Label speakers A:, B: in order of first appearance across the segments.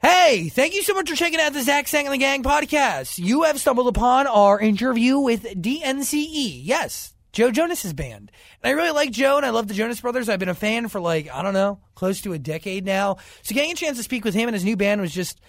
A: Hey, thank you so much for checking out the Zach Sang and the Gang podcast. You have stumbled upon our interview with DNCE. E. Yes, Joe Jonas's band. And I really like Joe and I love the Jonas Brothers. I've been a fan for like, I don't know, close to a decade now. So getting a chance to speak with him and his new band was just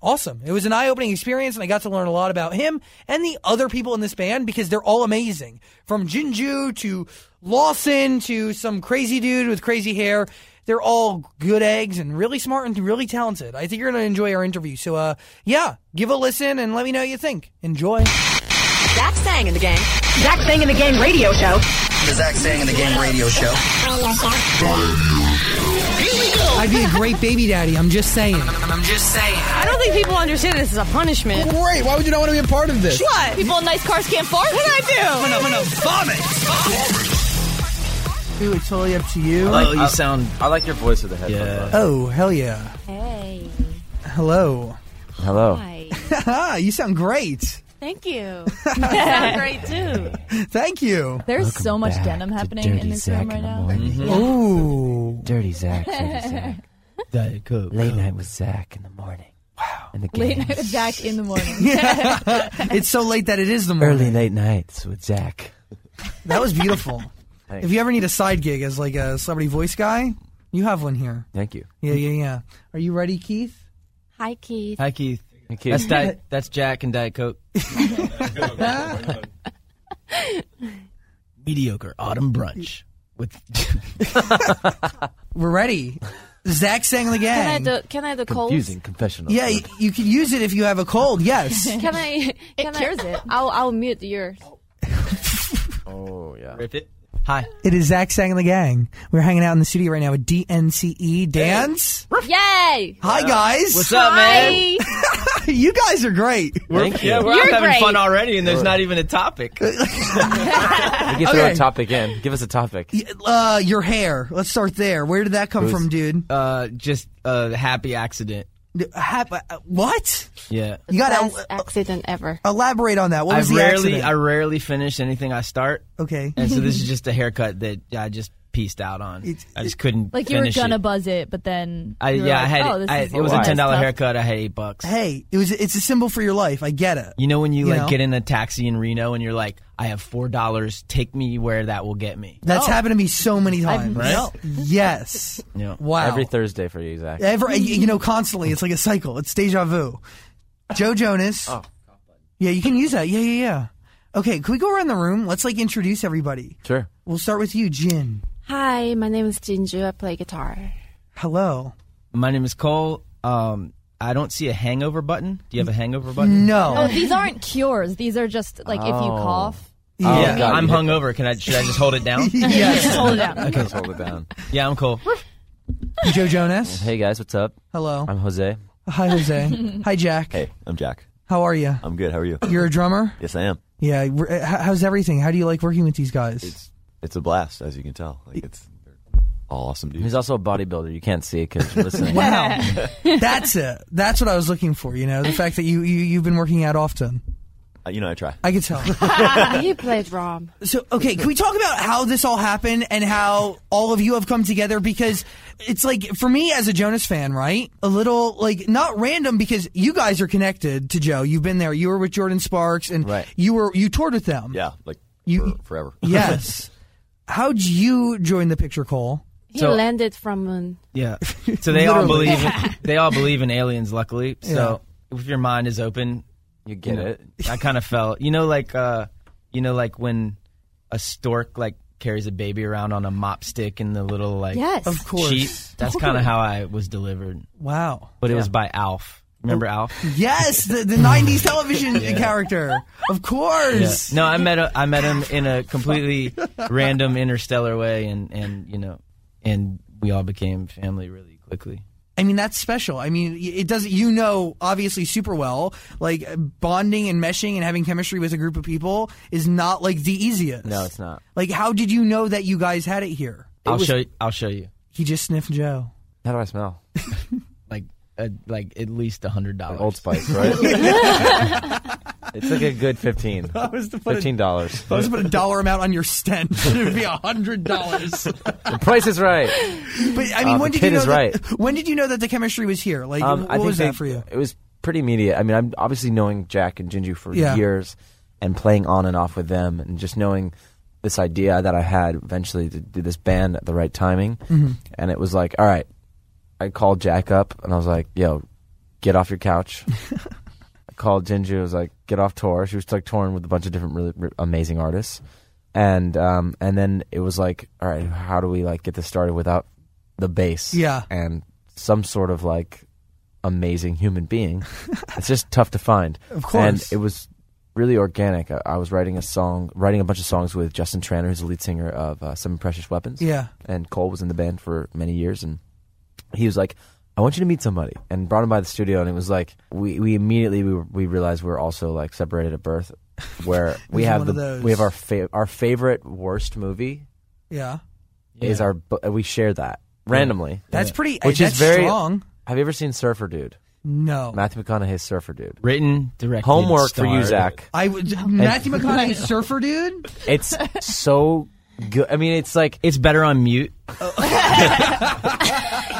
A: awesome. It was an eye opening experience, and I got to learn a lot about him and the other people in this band because they're all amazing. From Jinju to Lawson to some crazy dude with crazy hair. They're all good eggs and really smart and really talented. I think you're going to enjoy our interview. So, uh, yeah, give a listen and let me know what you think. Enjoy.
B: Zach Sang in the Gang. Zach Sang in the Gang radio show.
C: The Zach Sang and the Gang radio show.
A: I'd be a great baby daddy. I'm just saying.
C: I'm just saying.
D: I don't think people understand this is a punishment.
E: Great. Why would you not want to be a part of this?
D: What? People in nice cars can't fart? What did I do?
C: I'm gonna vomit.
A: Dude, it's totally up to you.
F: oh, you sound.
G: I like your voice with the headphones.
A: Oh, hell yeah.
D: Hey.
A: Hello.
G: Hello.
D: Hi.
A: Ah, you sound great.
D: Thank you. sound great too.
A: Thank you.
H: There's so much denim happening in this room right now. Mm-hmm.
A: Ooh.
G: Dirty Zach. Dirty Zach.
E: Diet Coke.
G: Late night with Zach in the morning. Wow. And the
H: Late
G: gang.
H: night with Zach in the morning.
A: It's so late that it is the morning.
G: Early late nights with Zach.
A: That was beautiful.
G: Thanks.
A: if you ever need a side gig as like a celebrity voice guy, you have one here.
G: Thank you.
A: Yeah, yeah, yeah. Are you ready, Keith?
D: Hi Keith.
F: Hi Keith.
G: Thank you.
F: That's Diet, that's Jack and Diet Coke.
E: Mediocre autumn brunch with
A: We're ready. Zach sang the
D: Can I
A: gang.
D: do can I do cold?
G: Confusing confessional.
A: yeah, you, you can use it if you have a cold. Yes.
D: Can I can I,
H: cures it.
D: I'll I'll mute yours.
G: Oh yeah.
F: Ripped it. Hi.
A: it is Zach sang the gang. We're hanging out in the studio right now with DNCE E Dance.
D: Yay!
A: Hi guys.
F: What's up, man?
D: Hi.
A: you guys are great.
G: Thank you.
F: Yeah, we're
D: You're
F: out having
D: great.
F: fun already, and there's not even a topic.
G: We get through
A: Okay.
G: our topic in. Give us a topic.
A: Uh, your hair. Let's start there. Where did that come
G: Who's-
A: from, dude?
F: Uh, just a happy accident.
A: Hap- uh, what?
F: Yeah.
A: You got
D: Best
A: to
D: accident ever.
A: elaborate on that. What
F: I
A: was the
F: rarely,
A: accident?
F: I rarely finish anything I start,
A: okay.
F: and so this is just a haircut that I just pieced out on.
A: It's-
F: I just couldn't.
H: Like you were
F: finish
H: gonna
F: It.
H: buzz it, but then
F: I,
H: you were
F: yeah,
H: like,
F: I had.
H: Oh, this
F: I,
H: is
F: it was a
H: this
F: ten dollar
H: stuff.
F: haircut. I had eight bucks.
A: Hey, it was. It's a symbol for your life. I get it.
F: You know when you,
A: You
F: like
A: know?
F: get in a taxi in Reno and you're like, I have four dollars. Take me where that will get me.
A: That's happened to me so many times.
F: Right?
A: No. Yes.
F: Yeah.
A: Wow.
G: Every Thursday for you, Zach.
A: Every- you know, constantly. It's like a cycle. It's deja vu. Joe Jonas. Oh. Yeah, you can use that. Yeah, yeah, yeah. Okay, can we go around the room? Let's like introduce everybody.
G: Sure.
A: We'll start with you, Jin.
D: Hi, my name is Jinju. I play guitar.
A: Hello.
F: My name is Cole. Um, I don't see a hangover button. Do you have a hangover button?
A: No.
H: Oh, these aren't cures. These are just like if you
G: Oh.
H: cough,
G: Oh,
F: Yeah,
G: God,
F: I'm
G: you hit
F: hungover. Can I? Should I just hold it down?
H: just hold it out.
G: that. Just hold it down.
F: yeah, I'm cool.
A: Joe Jonas.
G: Hey guys, what's up?
A: Hello.
G: I'm Jose.
A: Hi, Jose. Hi, Jack.
I: Hey, I'm Jack.
A: How are you?
I: I'm good. How are you?
A: You're a drummer?
I: yes, I am.
A: Yeah. we're- uh, how- How's everything? How do you like working with these guys?
I: It's it's a blast, as you can tell. Like it's they're all awesome dudes.
G: He's also a bodybuilder. You can't see it because you're listening.
A: wow. That's it. That's what I was looking for, you know, the fact that you, you, you've been working out often.
I: Uh, you know, I try.
A: I could tell.
D: he played drum.
A: So, okay, can we talk about how this all happened and how all of you have come together? Because it's like, for me as a Jonas fan, right? A little, like, not random because you guys are connected to Joe. You've been there. You were with Jordan Sparks and
G: Right.
A: you were, you toured with them.
I: yeah, like
A: You-
I: for, forever.
A: Yes. How'd you join the picture, Cole?
D: He
F: So-
D: landed from moon.
F: Yeah. So they all
A: Literally.
F: believe. In, they all believe in aliens. Luckily, so if your mind is open,
G: You get it.
F: I kind of felt. You know, like uh, you know, like when a stork like carries a baby around on a mop stick and the little like
H: Yes.
A: Of course.
F: sheet. That's kind of how I was delivered,
A: Wow.
F: but it was by Alf. Remember Alf?
A: Yes, the, the 90s television character. Of course.
F: No, I met a, I met him in a completely random interstellar way, and and you know, and we all became family really quickly.
A: I mean, that's special. I mean, y- it doesn't, you know, obviously super well, like uh, bonding and meshing and having chemistry with a group of people is not like the easiest.
G: No, it's not.
A: Like, how did you know that you guys had it here?
F: I'll show you, I'll show you
A: He just sniffed Joe.
G: How do I smell?
F: like uh, like at least a hundred dollars.
G: Old Spice, right? It took a good fifteen.
A: I was to put a-
G: Fifteen dollars.
A: I was to put a dollar amount on your stent. It would be a hundred dollars. But
G: The price is right.
A: I mean, when
G: Uh, the
A: did you
G: kid
A: know?
G: is
A: That,
G: right.
A: when did you know that the chemistry was here? Like,
G: Um,
A: what
G: I think
A: was
G: they-
A: that for you?
G: It was pretty immediate. I mean, I'm obviously knowing Jack and Jinju for
A: Yeah.
G: years and playing on and off with them, and just knowing this idea that I had eventually to do this band at the right timing,
A: Mm-hmm.
G: and it was like, all right. I called Jack up and I was like, "Yo, get off your couch." I called Jinju. I was like, "Get off tour." She was like touring with a bunch of different really r- amazing artists, and um, and then it was like, "All right, how do we like get this started without the bass?"
A: Yeah.
G: and some sort of like amazing human being. it's just tough to find.
A: Of course.
G: and it was really organic. I, I was writing a song, writing a bunch of songs with Justin Tranter, who's the lead singer of uh, Some Precious Weapons
A: Yeah.
G: and Cole was in the band for many years, and he was like, "I want you to meet somebody," and brought him by the studio, and it was like we we immediately we, we realized we were also like separated at birth, where we
A: It's
G: have
A: one of
G: the
A: those.
G: we have our fa- our favorite worst movie
A: Yeah,
G: is our bu- we share that randomly,
A: that's pretty.
G: which
A: that's
G: is very
A: strong.
G: Have you ever seen Surfer Dude?
A: No,
G: Matthew McConaughey's Surfer Dude.
F: Written, directed,
G: Homework for you,
F: starred.
G: Zach.
A: I would Matthew McConaughey, surfer dude.
G: It's so good. I mean, it's like
F: It's better on mute.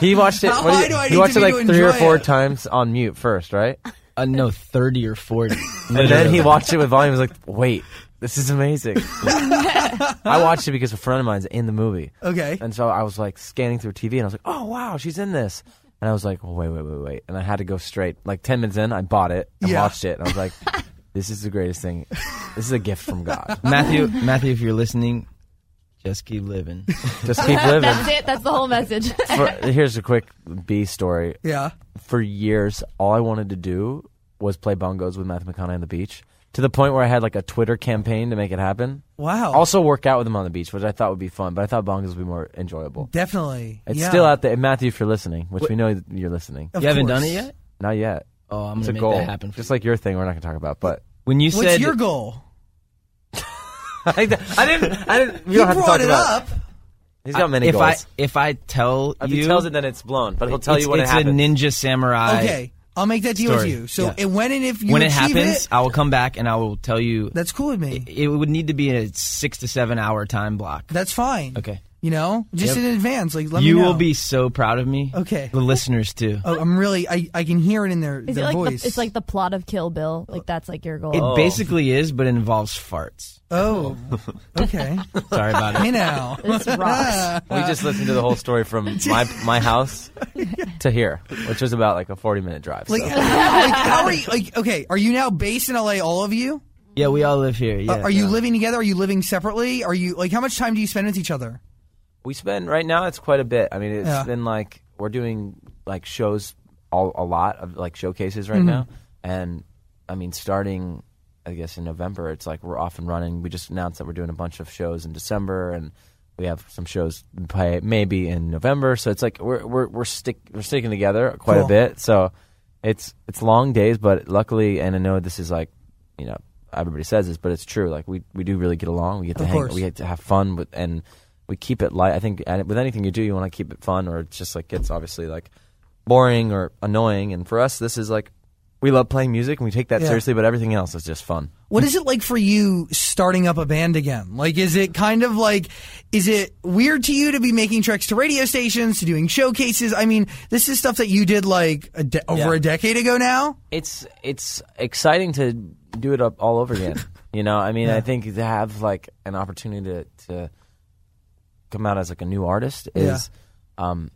G: he watched it.
A: How
G: what do
A: high
G: you-
A: do I
G: he
A: need to
G: watched
A: be
G: it like
A: to
G: three or
A: enjoy
G: four
A: it?
G: times on mute first, right?
F: Uh, no, thirty or forty.
G: And then he
F: Literally.
G: watched it with volume. and was like, "Wait, this is amazing." I watched it because a friend of mine's in the movie,
A: Okay,
G: and so I was like scanning through TV, and I was like, "Oh wow, she's in this." And I was like, well, "Wait, wait, wait, wait!" And I had to go straight. Like ten minutes in, I bought it and
A: Yeah.
G: watched it, and I was like, "This is the greatest thing. This is a gift from God.
F: Matthew, Matthew, if you're listening, just keep living.
G: Just keep living."
H: That's it. That's the whole message.
G: For, here's a quick B story.
A: yeah.
G: for years, all I wanted to do was play bongos with Matthew McConaughey on the beach. To the point where I had like a Twitter campaign to make it happen.
F: Oh.
A: Wow.
G: Also work out with him on the beach, which I thought would be fun, but I thought bongos would be more enjoyable.
A: Definitely.
G: It's
A: yeah.
G: still out there, And Matthew. If you're listening, which we know that you're listening,
A: Of
F: you haven't done
A: course.
F: it yet.
G: not yet.
F: Oh, I'm
G: It's a
F: gonna make
G: goal.
F: that happen. For
G: Just
F: you.
G: like your thing, we're not going to talk about. But
F: when you
A: What's
F: said
A: your goal?
G: I didn't. I didn't. We
A: You
G: don't have to
A: brought
G: talk
A: it
G: about.
A: up.
G: He's got many
F: if
G: goals.
F: I if I tell
G: if
F: you,
G: he tells it, then it's blown. But he'll tell
F: it's,
G: you when
F: it's
G: it happens.
F: a ninja samurai.
A: Okay, I'll make that deal
F: Story.
A: with you. So
F: Yeah.
A: it- when and if you
F: when it
A: achieve
F: happens,
A: it,
F: I will come back and I will tell you.
A: that's cool with me.
F: It would need to be a six to seven hour time block.
A: That's fine.
F: Okay.
A: You know, just in advance. Like let
F: you
A: me know.
F: will be so proud of me.
A: Okay.
F: The listeners too.
A: Oh, I'm really. I, I can hear it in their,
H: Is it
A: their
H: like the,
A: voice.
H: it's like the plot of Kill Bill? Like that's like your goal.
G: Oh.
F: It basically is, but involves farts.
A: oh, okay.
F: Sorry about
A: Hey
F: it.
A: now.
H: this rocks.
G: we just listened to the whole story from my my house to here, which was about like a 40 minute drive.
A: Like,
G: so.
A: like, how are you? Like, okay, are you now based in LA? All of you?
F: Yeah, we all live here. Yeah.
A: Uh, are you living together? Are you living separately? Are you like how much time do you spend with each other?
G: We spend right now. It's quite a bit. I mean, it's
A: Yeah.
G: been like we're doing like shows all, a lot of like showcases
A: Mm-hmm.
G: right now, and I mean, starting I guess in November, it's like we're off and running. We just announced that we're doing a bunch of shows in December, and we have some shows by- maybe in November. So it's like we're we're we're stick we're sticking together quite
A: Cool.
G: a bit. So it's it's long days, but luckily, and I know this is like you know everybody says this, but it's true. Like we we do really get along. We get to
A: Of
G: hang.
A: course.
G: We get to have fun with and we keep it light. I think and with anything you do, you want to keep it fun, or it's just like it's obviously like boring or annoying. And for us, this is like we love playing music and we take that
A: Yeah.
G: seriously, but everything else is just fun.
A: What is it like for you starting up a band again? Like, is it kind of like, is it weird to you to be making treks to radio stations, to doing showcases? I mean, this is stuff that you did like a de- over
G: Yeah.
A: a decade ago now.
G: It's it's exciting to do it up all over again. you know, I mean, I think to have like an opportunity to, to come out as like a new artist is um,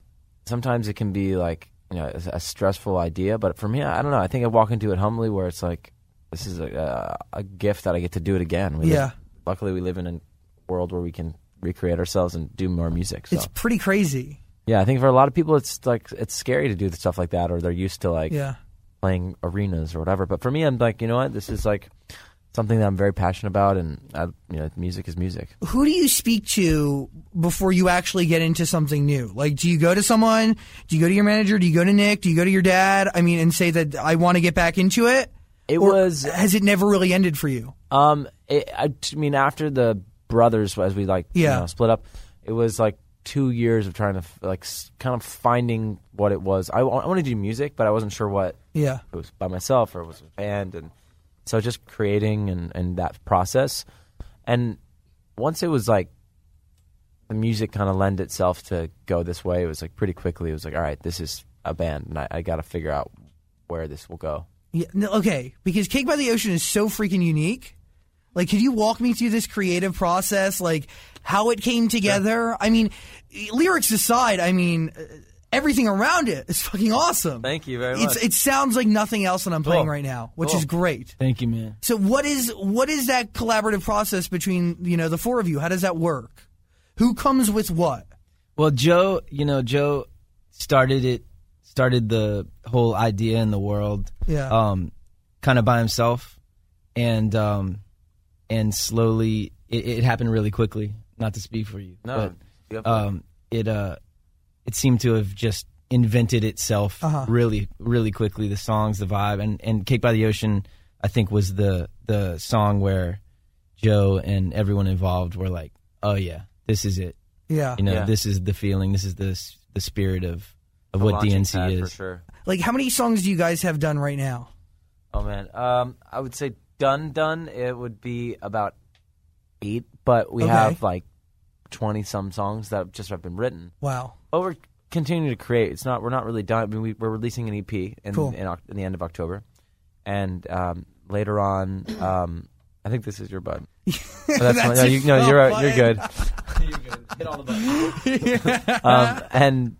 G: sometimes it can be like you know a, a stressful idea, but for me, I don't know. I think I walk into it humbly, where it's like this is a, a, a gift that I get to do it again. We live-
A: Yeah.
G: luckily, we live in a world where we can recreate ourselves and do more music. So.
A: It's pretty crazy.
G: yeah, I think for a lot of people, it's like it's scary to do the stuff like that, or they're used to like
A: Yeah.
G: playing arenas or whatever. But for me, I'm like, you know what? This is like something that I'm very passionate about, and I, you know, music is music.
A: Who do you speak to before you actually get into something new? Like, do you go to someone? Do you go to your manager? Do you go to Nick? Do you go to your dad? I mean, and say that I want to get back into it?
G: It
A: Or
G: was,
A: Has it never really ended for you?
G: um, it, I t- mean, after the brothers, as we like,
A: Yeah.
G: you know, split up, it was like two years of trying to f- like s- kind of finding what it was. I, wa- I wanted to do music, but I wasn't sure what
A: Yeah.
G: it was by myself or it was a band and So just creating and, and that process. And once it was like the music kind of lend itself to go this way, it was like pretty quickly. It was like, all right, this is a band, and I, I got to figure out where this will go.
A: Yeah, no, okay, because Cake by the Ocean is so freaking unique. Like, could you walk me through this creative process? Like, how it came together? I mean, e- lyrics aside, I mean, uh, everything around it is fucking awesome.
G: Thank you very
A: It's,
G: much.
A: it sounds like nothing else that I'm playing
G: Cool.
A: right now, which
G: Cool.
A: is great.
F: Thank you, man.
A: So, what is what is that collaborative process between you know the four of you? How does that work? Who comes with what?
F: Well, Joe, you know, Joe started it, started the whole idea in the world,
A: Yeah.
F: um, kind of by himself, and um, and slowly it, it happened really quickly. Not to speak for you,
G: No, you have
F: but um, it uh, it seemed to have just invented itself
A: Uh-huh.
F: really, really quickly. The songs, the vibe, and and "Cake by the Ocean," I think was the the song where Joe and everyone involved were like, "Oh yeah, this is it."
A: Yeah.
F: you know
G: Yeah.
F: this is the feeling this is the s- the spirit of of what
G: Launching
F: DNC
G: pad
F: is
G: for sure.
A: Like, how many songs do you guys have done right now?
G: Oh man, um, I would say done done. It would be about eight, but we
A: Okay.
G: have like twenty some songs that just have been written.
A: Wow.
G: But we're continuing to create. It's not. We're not really done. I mean, we, we're releasing an EP in,
A: Cool.
G: in, Oc- in the end of October, and um, later on, um, I think this is your button. Oh,
A: That's
G: that's my- no,
A: your
G: you, no, you're out-
A: button.
G: you're good. um, and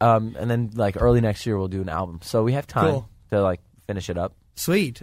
G: um, and then like early next year we'll do an album. So we have time
A: Cool.
G: to like finish it up.
A: Sweet.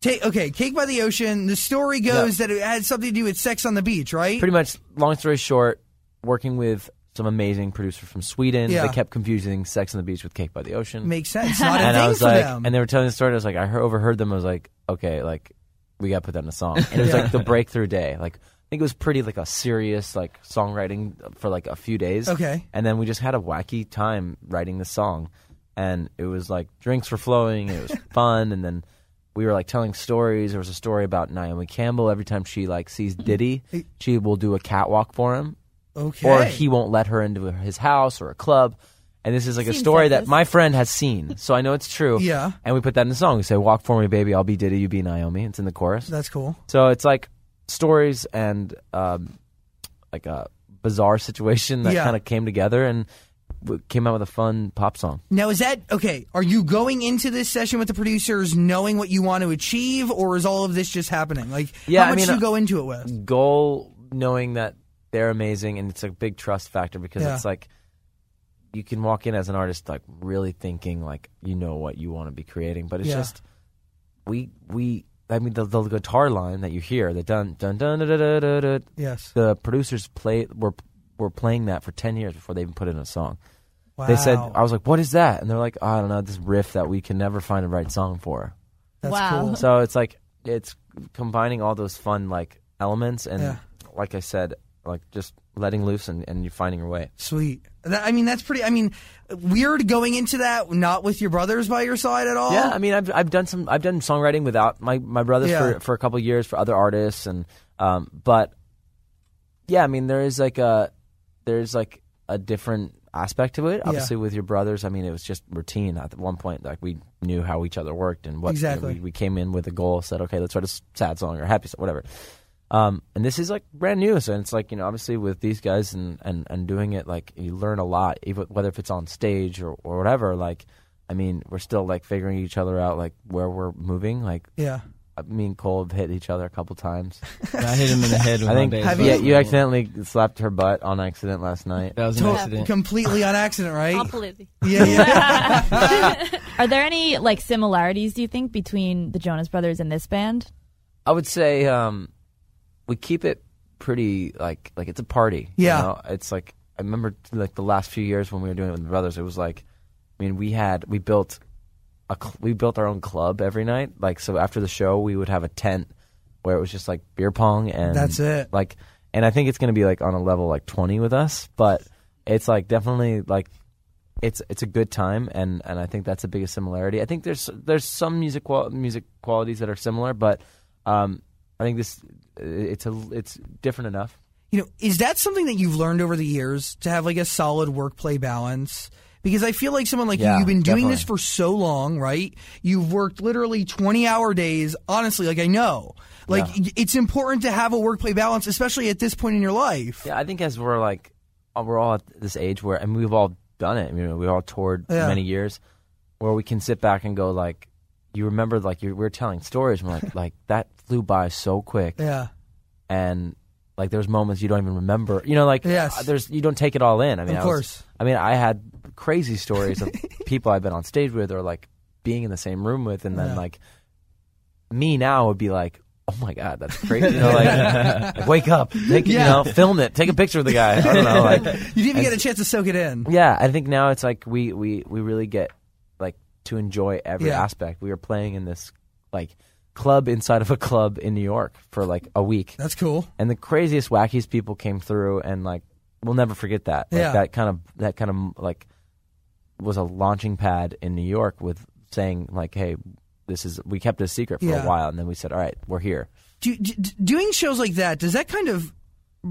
A: Take okay, Cake by the Ocean. The story goes that it had something to do with sex on the beach, right?
G: pretty much long story short working with some amazing producer from sweden
A: Yeah.
G: they kept confusing sex on the beach with cake by the ocean
A: Makes sense. Not a
G: and
A: thing
G: i was
A: for
G: like
A: them.
G: and they were telling the story i was like i heard, overheard them i was like okay like we gotta put that in a song and it was like the breakthrough day like I think it was pretty like a serious like songwriting for like a few days.
A: Okay.
G: And then we just had a wacky time writing the song and it was like drinks were flowing, it was fun and then we were like telling stories. There was a story about Naomi Campbell every time she like sees
A: Mm-hmm.
G: Diddy, she will do a catwalk for him
A: okay.
G: or he won't let her into his house or a club. And this is like a
H: Seems
G: story that
H: sexist.
G: my friend has seen, so I know it's true.
A: Yeah.
G: And we put that in the song. We say, "Walk for me, baby. I'll be Diddy, you be Naomi." It's in the chorus.
A: That's cool.
G: so it's like stories and um, like a bizarre situation that
A: Yeah.
G: kind of came together and w- came out with a fun pop song.
A: Now is that okay, are you going into this session with the producers knowing what you want to achieve or is all of this just happening? Like
G: Yeah,
A: how
G: I
A: much
G: mean,
A: do
G: uh,
A: you go into it with?
G: Goal knowing that they're amazing, and it's a big trust factor because
A: Yeah.
G: it's like you can walk in as an artist like really thinking like you know what you want to be creating, but it's
A: Yeah.
G: just we we I mean the, the guitar line that you hear the dun dun dun dun dun dun, dun, dun
A: Yes.
G: the producers play were were playing that for ten years before they even put it in a song.
A: Wow.
G: They said I was like, "What is that?" And they're like, "I don't know, this riff that we can never find the right song for."
A: That's
H: Wow.
A: cool.
G: So it's like it's combining all those fun like elements and
A: Yeah.
G: like I said, like just letting loose and, and you finding your way.
A: Sweet. That, I mean that's pretty I mean weird going into that not with your brothers by your side at all.
G: Yeah, I mean I've I've done some I've done songwriting without my, my brothers
A: Yeah.
G: for, for a couple years for other artists and um but yeah, I mean there is like a there's like a different aspect to it. Obviously with your brothers, I mean it was just routine at one point like we knew how each other worked and what you know,
A: Exactly.
G: we, we came in with a goal, said okay, let's write a s- sad song or a happy song, whatever. Um, and this is like brand new, so it's like you know, obviously with these guys and, and, and doing it, like you learn a lot, even whether if it's on stage or, or whatever. Like, I mean, we're still like figuring each other out, like where we're moving. Like,
A: Yeah.
G: I- me and Cole have hit each other a couple times.
F: I hit him in the head with
G: I think
F: my
A: Have
F: baseball.
G: yeah,
A: you-
G: you accidentally slapped her butt on accident last night.
F: that was an
A: To-
F: accident
A: completely on accident, right?
D: Completely.
A: yeah, yeah.
H: Are there any like similarities do you think between the Jonas Brothers and this band?
G: I would say um, we keep it pretty like like it's a party.
A: Yeah.
G: you know? it's like I remember like the last few years when we were doing it with the brothers. It was like, I mean, we had we built a cl- we built our own club every night. Like so, after the show, we would have a tent where it was just like beer pong and
A: That's it.
G: Like, and I think it's going to be like on a level like twenty with us, but it's like definitely like it's it's a good time, and and I think that's the biggest similarity. I think there's there's some music qual- music qualities that are similar, but um, I think this it's a it's different enough.
A: You know, is that something that you've learned over the years to have like a solid work play balance? Because I feel like someone like you,
G: Yeah,
A: you've been doing this
G: definitely.
A: for so long, right? You've worked literally 20 hour days. Honestly, like I know. Like y it's important to have a work play balance, especially at this point in your life.
G: Yeah, I think as we're like, uh, we're all at this age where, and we've all done it. You know, we all toured for
A: Yeah.
G: many years, where we can sit back and go like, you remember like you we're telling stories, and we're like like that flew by so quick,
A: Yeah.
G: and like there's moments you don't even remember. You know, like
A: Yes.
G: uh, there's you don't take it all in. I mean,
A: Of
G: I was-
A: course.
G: I mean, I had crazy stories of people I've been on stage with or like being in the same room with, and then
A: Yeah.
G: like me now would be like. Oh my God, that's crazy! You know, like, like, wake up, take,
A: Yeah.
G: you know, film it, take a picture of the guy. I don't know, like,
A: You didn't even get a
G: As-
A: chance to soak it in.
G: yeah, I think now it's like we we we really get like to enjoy every
A: Yeah.
G: aspect. We were playing in this like club inside of a club in New York for like a week,
A: That's cool.
G: and the craziest, wackiest people came through, and like we'll never forget that. Like,
A: Yeah.
G: that kind of that kind of like was a launching pad in New York with saying like, hey. This is we kept it a secret for
A: Yeah.
G: a while, and then we said, "All right, we're here."
A: Do, d d- doing shows like that, does that kind of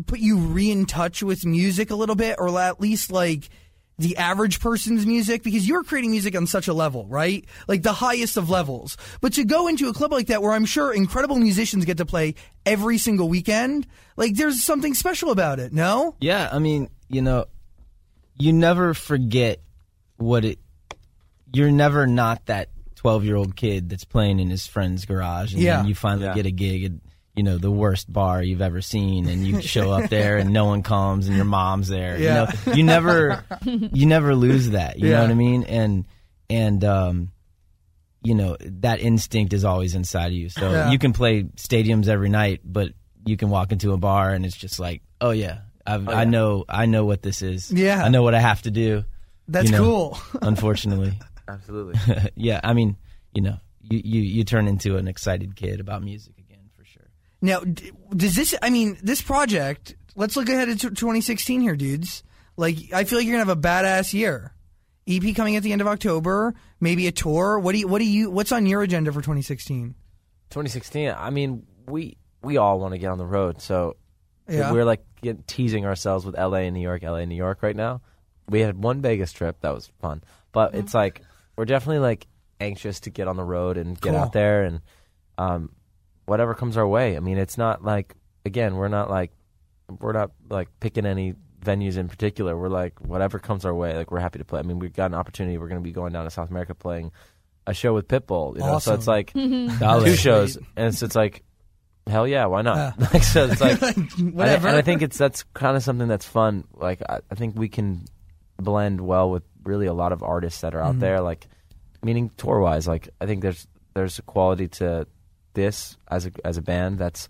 A: put you re in touch with music a little bit, or la- at least like the average person's music? Because you're creating music on such a level, right? Like the highest of levels. But to go into a club like that, where I'm sure incredible musicians get to play every single weekend, like there's something special about it, no?
F: Yeah, I mean, you know, you never forget what it. You're never not that twelve-year-old kid that's playing in his friend's garage, and
A: Yeah.
F: then you finally
G: Yeah.
F: get a gig at you know the worst bar you've ever seen, and you show up there and no one comes, and your mom's there.
A: Yeah.
F: You, know, you never, you never lose that. You
A: Yeah.
F: know what I mean? And and um, you know that instinct is always inside of you. So
A: Yeah.
F: you can play stadiums every night, but you can walk into a bar and it's just like, oh yeah, I've, I know, I know what this is.
A: Yeah.
F: I know what I have to do.
A: That's
F: you know,
A: cool.
F: unfortunately,
G: Absolutely.
F: yeah. I mean, you know, you, you you turn into an excited kid about music again for sure.
A: Now, d- does this? I mean, this project. Let's look ahead to t- 2016 here, dudes. Like, I feel like you're gonna have a badass year. EP coming at the end of October, maybe a tour. What do you? What do you? What's on your agenda for 2016?
G: 2016. I mean, we we all want to get on the road, so
A: Yeah.
G: we're like get, teasing ourselves with LA and New York, LA and New York right now. We had one Vegas trip that was fun, but
A: Mm-hmm.
G: it's like we're definitely like anxious to get on the road and get
A: Cool.
G: out there and um, whatever comes our way. I mean, it's not like again, we're not like we're not like picking any venues in particular. We're like whatever comes our way, like we're happy to play. I mean, we've got an opportunity. We're going to be going down to South America playing a show with Pitbull. You know?
A: Awesome.
G: So
A: Oh,
G: it's like two
F: Solid.
G: shows, and so it's like, hell yeah, why not?
A: Yeah.
G: Like, so it's like,
A: Whatever.
G: And I, think it's that's kind of something that's fun. Like I, I think we can blend well with really a lot of artists that are
A: Mm-hmm.
G: out there. Like meaning tour wise, like I think there's there's a quality to this as a as a band that's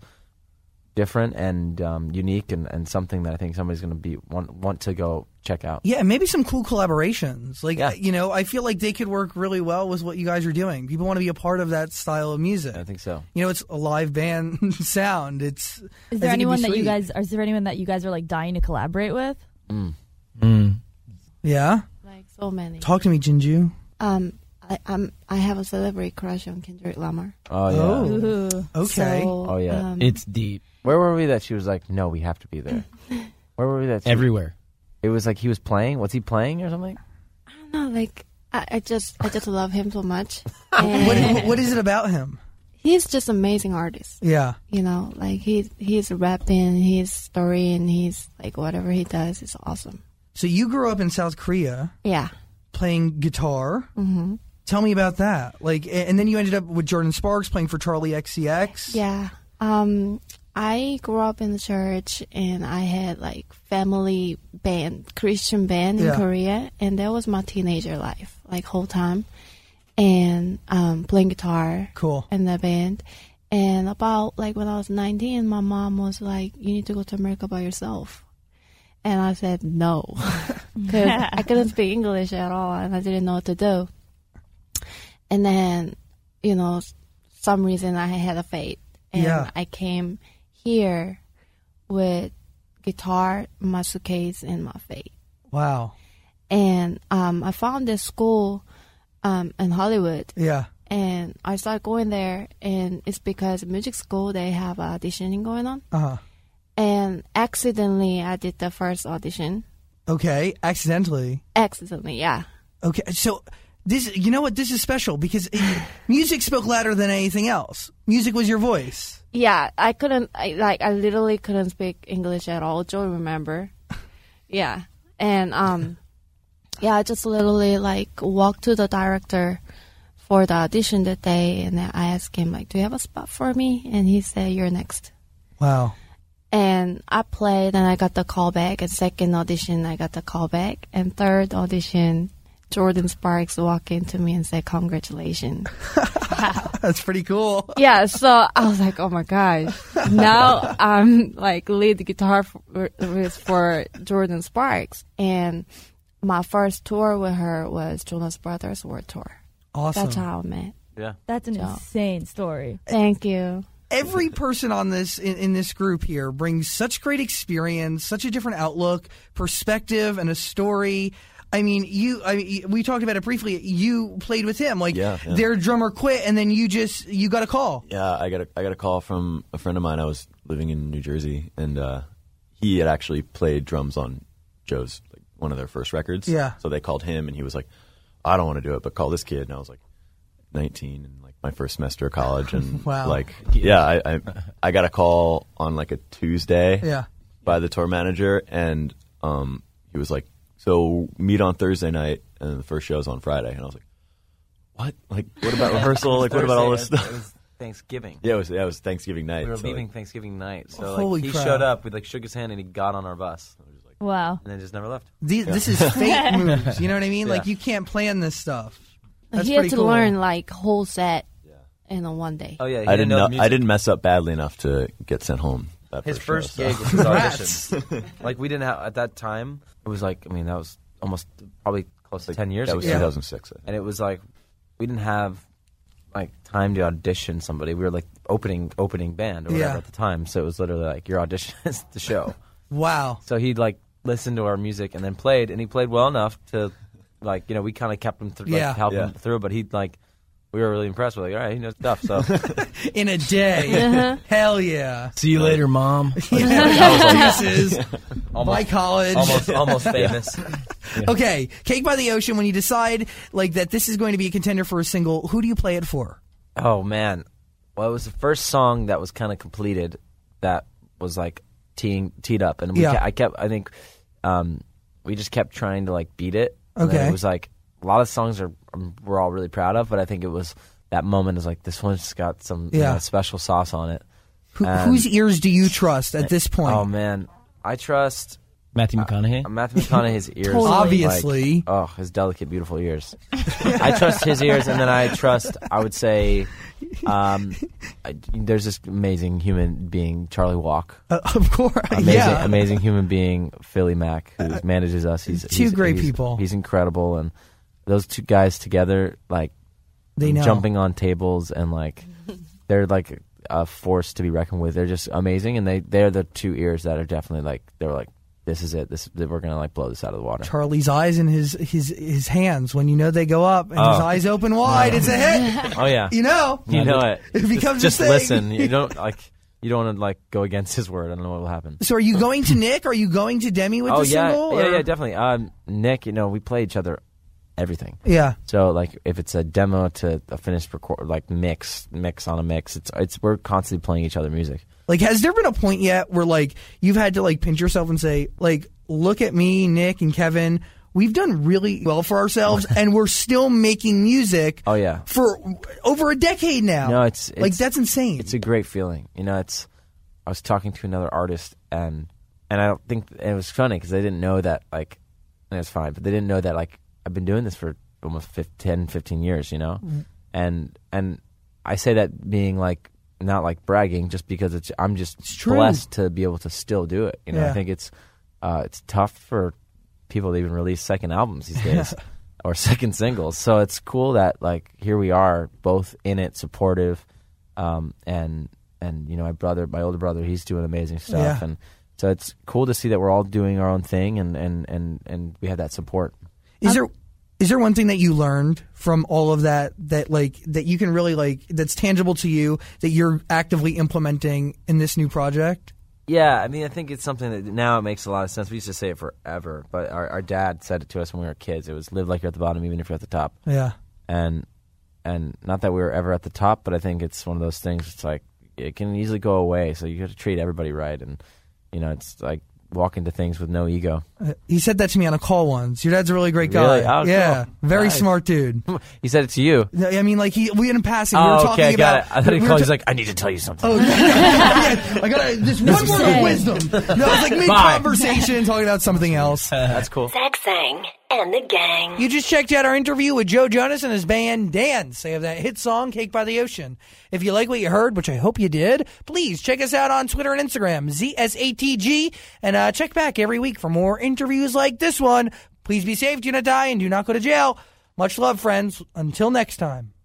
G: different and um, unique and, and something that I think somebody's going to be want want to go check out.
A: Yeah, and maybe some cool collaborations. Like,
G: Yeah.
A: you know, I feel like they could work really well with what you guys are doing. People want to be a part of that style of music.
G: I think so.
A: You know, it's a live band sound. It's
H: Is there anyone that you guys? Is there anyone that you guys are like dying to collaborate with?
A: Yeah,
D: Like so many.
A: talk to me, Jinju.
D: Um, I, I'm I have a celebrity crush on Kendrick Lamar.
G: Oh yeah.
A: Oh.
H: Ooh.
A: Okay.
D: So,
G: Oh, yeah.
D: Um,
F: It's deep
G: Where were we that she was like, no, we have to be there. Where were we that she-
F: everywhere.
G: It was like he was playing. Was he playing or something?
D: I don't know. Like I, I just I just love him so much.
A: what,
D: And
A: what is it about him?
D: he's just amazing artist.
A: Yeah.
D: You know, like he he's rapping, he's storying, he's like whatever he does is awesome.
A: So you grew up in South Korea.
D: Yeah.
A: playing guitar. Mm-hmm. Tell me about that. Like, a- and then you ended up with Jordan Sparks playing for Charlie XCX.
D: Yeah. Um, I grew up in the church and I had like family band, Christian band in
A: Yeah.
D: Korea, and that was my teenager life, like whole time, and um, playing guitar
A: Cool.
D: in the band. And about like when I was 19, my mom was like, "You need to go to America by yourself." And I said no because I couldn't speak English at all, and I didn't know what to do. and then you know s- some reason I had a fade, and
A: Yeah.
D: I came here with guitar, my suitcase, and my fade.
A: Wow.
D: And um, I found this school um, in Hollywood,
A: Yeah.
D: and I started going there, and it's because music school they have auditioning going on,
A: Uh huh.
D: and accidentally I did the first audition.
A: Okay. Accidentally.
D: Accidentally, yeah.
A: Okay. So this, you know what? This is special because it, music spoke louder than anything else. Music was your voice.
D: Yeah, I couldn't. I, like, I literally couldn't speak English at all. Joe, remember? Yeah, and um, yeah, I just literally like walked to the director for the audition that day, and then I asked him like, "Do you have a spot for me?" And he said, "You're next."
A: Wow.
D: And I played, and I got the call back. And second audition, I got the call back. And third audition, Jordan Sparks walked into me and said, "Congratulations."
A: That's pretty cool.
D: yeah, so I was like, oh my gosh. Now I'm like lead guitar for, with- for Jordan Sparks. And my first tour with her was Jonas Brothers World Tour.
A: Awesome.
D: That's how I met.
H: That's an
D: Yeah.
H: insane story.
D: Thank you.
A: every person on this in, in this group here brings such great experience, such a different outlook, perspective, and a story. I mean, you. I mean, we talked about it briefly. You played with him, like
I: Yeah, yeah.
A: their drummer quit, and then you just you got a call.
I: Yeah, I got a, I got a call from a friend of mine. I was living in New Jersey, and uh, he had actually played drums on Joe's like one of their first records.
A: Yeah.
I: So they called him, and he was like, "I don't want to do it, but call this kid." And I was like, 19 and like my first semester of college, and
A: Wow.
I: like yeah, I, I I got a call on like a Tuesday.
A: Yeah.
I: By the tour manager, and um, he was like, "So meet on Thursday night, and the first show's on Friday." And I was like, "What? Like, what about rehearsal? Like, what about all this
G: Thursday,
I: stuff?"
G: It was Thanksgiving.
I: Yeah, it was, yeah, it was Thanksgiving night.
G: We were
I: so,
G: leaving
I: like,
G: Thanksgiving night, so like,
A: Holy
G: he
A: crap.
G: showed up. We like shook his hand, and he got on our bus,
H: Wow.
G: and then just never left.
A: The- This is fate moves. You know what I mean? Like you can't plan this stuff. That's
D: he had
A: pretty
D: to
A: cool.
D: learn like whole set in a one day.
G: Oh yeah, he
I: I didn't.
G: know.
I: Know,
G: the
I: I
G: music.
I: didn't mess up badly enough to get sent home. That
G: His first
I: first, show,
G: gig
I: so.
G: was his audition. like we didn't have at that time. It was like I mean that was almost probably close to ten years
I: That was
G: ago,
I: 2006. I think.
G: and it was like we didn't have like time to audition somebody. We were like opening opening band or whatever
A: Yeah.
G: at the time, so it was literally like your audition is the show.
A: Wow.
G: so he like listened to our music and then played, and he played well enough to like you know we kind of kept him through,
A: Yeah.
G: like, help
I: Yeah.
G: him through, but he like. We were really impressed. We're like, all right, he knows stuff. So
A: In a day.
D: Uh-huh.
A: Hell yeah.
E: See you later, mom.
A: Deuces. My college.
G: almost, almost famous.
A: Okay. Cake by the Ocean. When you decide like that, this is going to be a contender for a single. Who do you play it for?
G: Oh man, well, it was the first song that was kind of completed that was like teeing, teed up, and we
A: Yeah.
G: ke- I kept. I think um, we just kept trying to like beat it. And then
A: Okay.
G: it was like a lot of songs are um, we're all really proud of, but I think it was that moment is like this one's got some you
A: Yeah.
G: know, special sauce on it.
A: Who,
G: Um,
A: whose ears do you trust at this point?
G: Oh man, I trust
F: Matthew McConaughey.
G: Matthew McConaughey's ears.
A: Totally.
G: like-
A: Obviously.
G: oh, his delicate, beautiful ears. I trust his ears, and then I trust. I would say, um, I, there's this amazing human being, Charlie Walk.
A: Uh, of course,
G: Amazing,
A: yeah. Uh,
G: amazing human being, Philly Mack, who manages us. He's
A: two
G: he's-
A: great
G: he's-
A: people.
G: He's incredible, and those two guys together, like
A: They know.
G: jumping on tables and like they're like a force to be reckoned with. They're just amazing, and they they're the two ears that are definitely like they're like this is it. This we're gonna like blow this out of the water.
A: Charlie's eyes and his his his hands when you know they go up and his
G: Oh.
A: eyes open wide. It's a hit.
G: Oh yeah,
A: You know.
G: you know it.
A: It
G: Just-
A: becomes a
G: just,
A: thing.
G: listen. You don't like you don't want to like go against his word. I don't know what will happen.
A: So are you going to Nick? Are you going to Demi with
G: oh
A: the
G: yeah,
A: single?
G: yeah,
A: or-
G: yeah, definitely. Um, Nick, you know we play each other everything.
A: Yeah.
G: So like if it's a demo to a finished record, like mix mix on a mix, it's it's we're constantly playing each other music.
A: Like, has there been a point yet where like you've had to like pinch yourself and say, like, look at me, Nick and Kevin. We've done really well for ourselves, and we're still making music.
G: Oh, yeah.
A: for over a decade now.
G: No, it's-
A: like
G: it's-
A: that's insane.
G: It's a great feeling. You know, it's. I was talking to another artist, and and I don't think and it was funny because they didn't know that like, and it's fine, but they didn't know that like I've been doing this for almost 15, 10, 15 years. You know, and and I say that being like not like bragging, just because it's I'm just
A: true.
G: blessed to be able to still do it. You know,
A: Yeah.
G: I think it's uh, it's tough for people to even release second albums these days. or second singles. So it's cool that like here we are, both in it, supportive, um, and and you know my brother, my older brother, he's doing amazing stuff,
A: Yeah.
G: and so it's cool to see that we're all doing our own thing, and and and and we have that support.
A: Is there is there one thing that you learned from all of that that like that you can really like that's tangible to you that you're actively implementing in this new project?
G: Yeah, I mean, I think it's something that now it makes a lot of sense. We used to say it forever, but our, our dad said it to us when we were kids. It was live like you're at the bottom, even if you're at the top.
A: Yeah.
G: and and not that we were ever at the top, but I think it's one of those things. It's like it can easily go away, so you got to treat everybody right, and you know, it's like walk into things with no ego.
A: Uh, He said that to me on a call once. Your dad's a really great guy.
G: Really? Oh, cool.
A: yeah, very
G: Nice.
A: smart dude.
G: He said it to you.
A: No, I mean, like he we in passing we were
G: oh,
A: talking
G: okay, I got
A: about.
G: it. I thought he
A: we were
G: called.
A: ta-
G: He's like, I need to tell you something.
A: Oh, yeah, I got just one word of
C: Say.
A: wisdom. No, it's like mid conversation talking about something else.
G: That's cool.
B: Zach Sang and the gang.
A: You just checked out our interview with Joe Jonas and his band Dance. They have that hit song, Cake by the Ocean. If you like what you heard, which I hope you did, please check us out on Twitter and Instagram, ZSATG, and uh, check back every week for more interviews like this one. Please be safe, do not die, and do not go to jail. Much love, friends. Until next time.